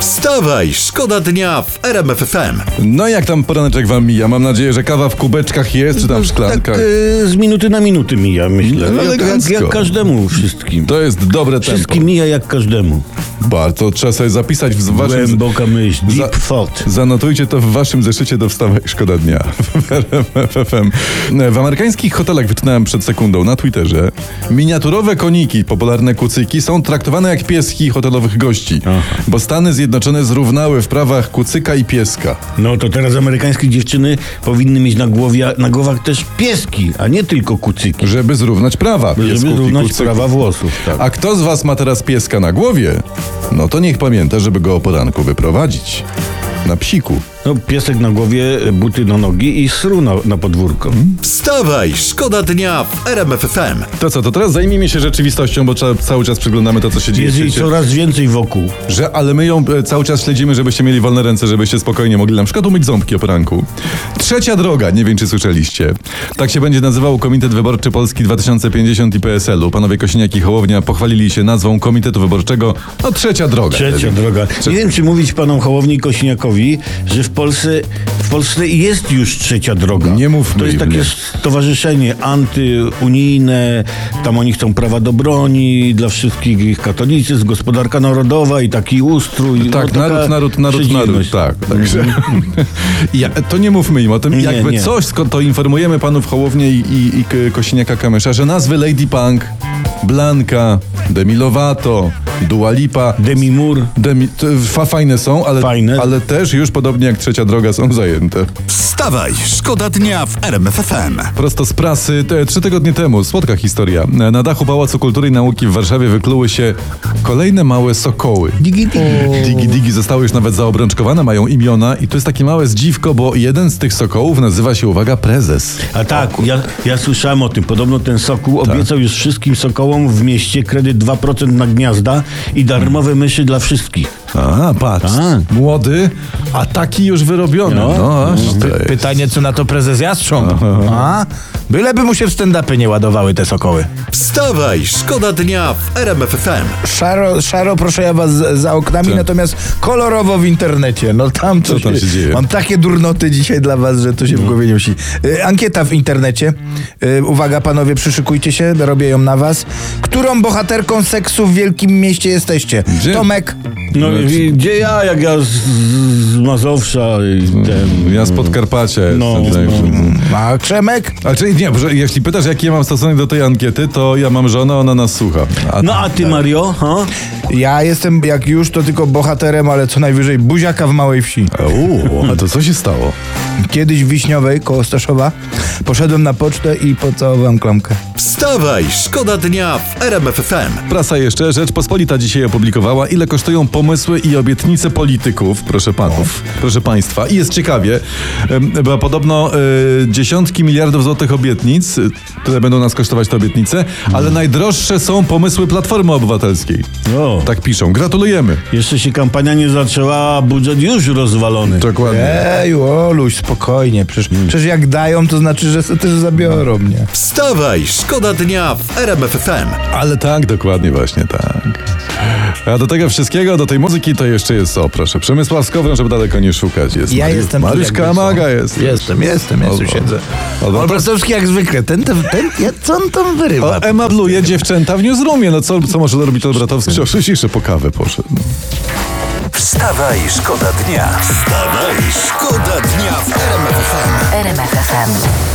Wstawaj, szkoda dnia w RMF FM. No jak tam poraneczek wam mija? Mam nadzieję, że kawa w kubeczkach jest, czy tam w szklankach. Tak e, z minuty na minuty mija, myślę. No, jak, jak, elegancko. jak każdemu wszystkim. To jest dobre tempo. Wszystkim mija jak każdemu. Bardzo trzeba sobie zapisać w waszym... Głęboka myśl, za- deep thought. Zanotujcie to w waszym zeszycie do wstawek Szkoda Dnia w RMF FM. E, W amerykańskich hotelach, wyczytałem przed sekundą na Twitterze, miniaturowe koniki, popularne kucyki, są traktowane jak pieski hotelowych gości, bo Stany Zjednoczone zrównały w prawach kucyka i pieska. No to teraz amerykańskie dziewczyny powinny mieć na, głowie, na głowach też pieski, a nie tylko kucyki. Żeby zrównać prawa. Żeby piesków i zrównać kucyków. prawa włosów. Tak. A kto z was ma teraz pieska na głowie? No to niech pamięta, żeby go o poranku wyprowadzić. Na psiku. No, piesek na głowie, e, buty na nogi i sru na, na podwórko. Hmm? Wstawaj, szkoda dnia w RMF FM. To co, to teraz zajmijmy się rzeczywistością, bo trzeba, cały czas przyglądamy to, co się dzieje. w Jest jej świecie. coraz więcej wokół. Że, ale my ją e, cały czas śledzimy, żebyście mieli wolne ręce, żebyście spokojnie mogli na przykład umyć ząbki o poranku. Trzecia droga, nie wiem czy słyszeliście. Tak się będzie nazywał Komitet Wyborczy Polski 2050 i PSL-u. Panowie Kosiniak i Hołownia pochwalili się nazwą Komitetu Wyborczego. No trzecia droga. Trzecia droga. Nie wiem, czy mówić panom Hołowni i Kośniakowi, że w Polsce, w Polsce jest już trzecia droga. Nie mówmy To jest im, takie nie. stowarzyszenie antyunijne, tam oni chcą prawa do broni, dla wszystkich katolicyzm, gospodarka narodowa i taki ustrój. No, Tak, taka naród, naród, naród, naród. przeciwność. Tak, także. Ja, to nie mówmy im o tym. Mhm. Nie, Jakby nie. coś, sko- to informujemy panów Hołownię i, i, i K- Kosiniaka Kamysza, że nazwy Lady Punk, Blanka, Demi Lovato, Dua Lipa. Demi Moore. Demi, to fa, fajne są, ale, Fajne. ale też już podobnie jak trzecia droga są zajęte. Wstawaj, szkoda dnia w RMF FM. Prosto z prasy, te, trzy tygodnie temu, słodka historia. Na dachu Pałacu Kultury i Nauki w Warszawie wykluły się kolejne małe sokoły. Digi, digi. Digi Digi zostały już nawet zaobrączkowane, mają imiona i to jest takie małe zdziwko, bo jeden z tych sokołów nazywa się, uwaga, prezes. A tak, ja, ja słyszałem o tym. Podobno ten sokół Tak. obiecał już wszystkim sokołom w mieście kredyt 2% na gniazda i darmowe myszy dla wszystkich. A, patrz, A. Mhm. młody, a taki już wyrobiony. No, aż Py- ty. Pytanie, co na to prezes Jastrząb? A? Byleby mu się w stand-upy nie ładowały te sokoły. Wstawaj, szkoda dnia w RMF FM. Szaro, szaro proszę ja was za- za oknami, natomiast kolorowo w internecie. No tam to Tak. Co tam się dzieje? No. Mam takie durnoty dzisiaj dla was, że to się w głowie nie musi. Y, Ankieta w internecie. Y, Uwaga panowie, przyszykujcie się, robię ją na was. Którą bohaterką seksu w wielkim mieście jesteście? Gdzie? Tomek. No, i gdzie ja, jak ja z, z Mazowsza i ten... Ja z Podkarpacia No, jestem. no. A Krzemek? A czyli nie, że jeśli pytasz, jaki ja mam stosunek do tej ankiety, to ja mam żonę, ona nas słucha. A No a ty Mario, ha? Ja jestem jak już to tylko bohaterem, ale co najwyżej buziaka w małej wsi. Uuu, a to co się stało? Kiedyś w Wiśniowej, koło Staszowa, poszedłem na pocztę i pocałowałem klamkę. Wstawaj, szkoda dnia w RMF FM. Prasa jeszcze, Rzeczpospolita dzisiaj opublikowała, ile kosztują pomysły i obietnice polityków, proszę panów, proszę państwa. I jest ciekawie, em, bo podobno y, dziesiątki miliardów złotych obietnic, y, tyle będą nas kosztować te obietnice, ale najdroższe są pomysły Platformy Obywatelskiej. O, Tak piszą. Gratulujemy. jeszcze się kampania nie zaczęła, a budżet już rozwalony. Dokładnie. Ej, Oluś, spokojnie, przecież, przecież jak dają, to znaczy, że se też zabiorą mnie. Wstawaj, szkoda dnia w RMF FM. Ale tak, dokładnie właśnie tak. A do tego wszystkiego, do tej muzyki to jeszcze jest o, proszę. Przemysław Skowron, żeby daleko nie szukać. Jest Ja jestem tu Mariusz jakby co. Kamaga jest. Jestem, jestem, O, jestem, o. siedzę. O, On Brastowski jak zwykle, ten, ten, ten, ja, co on tam O, wyrywa? Ema bluje dziewczęta w newsroomie. No co, co może robić Olbratowski? Przecież jeszcze po kawę poszedł. No. Wstawaj, szkoda dnia. Wstawaj, szkoda dnia w RMF FM. RMFFM.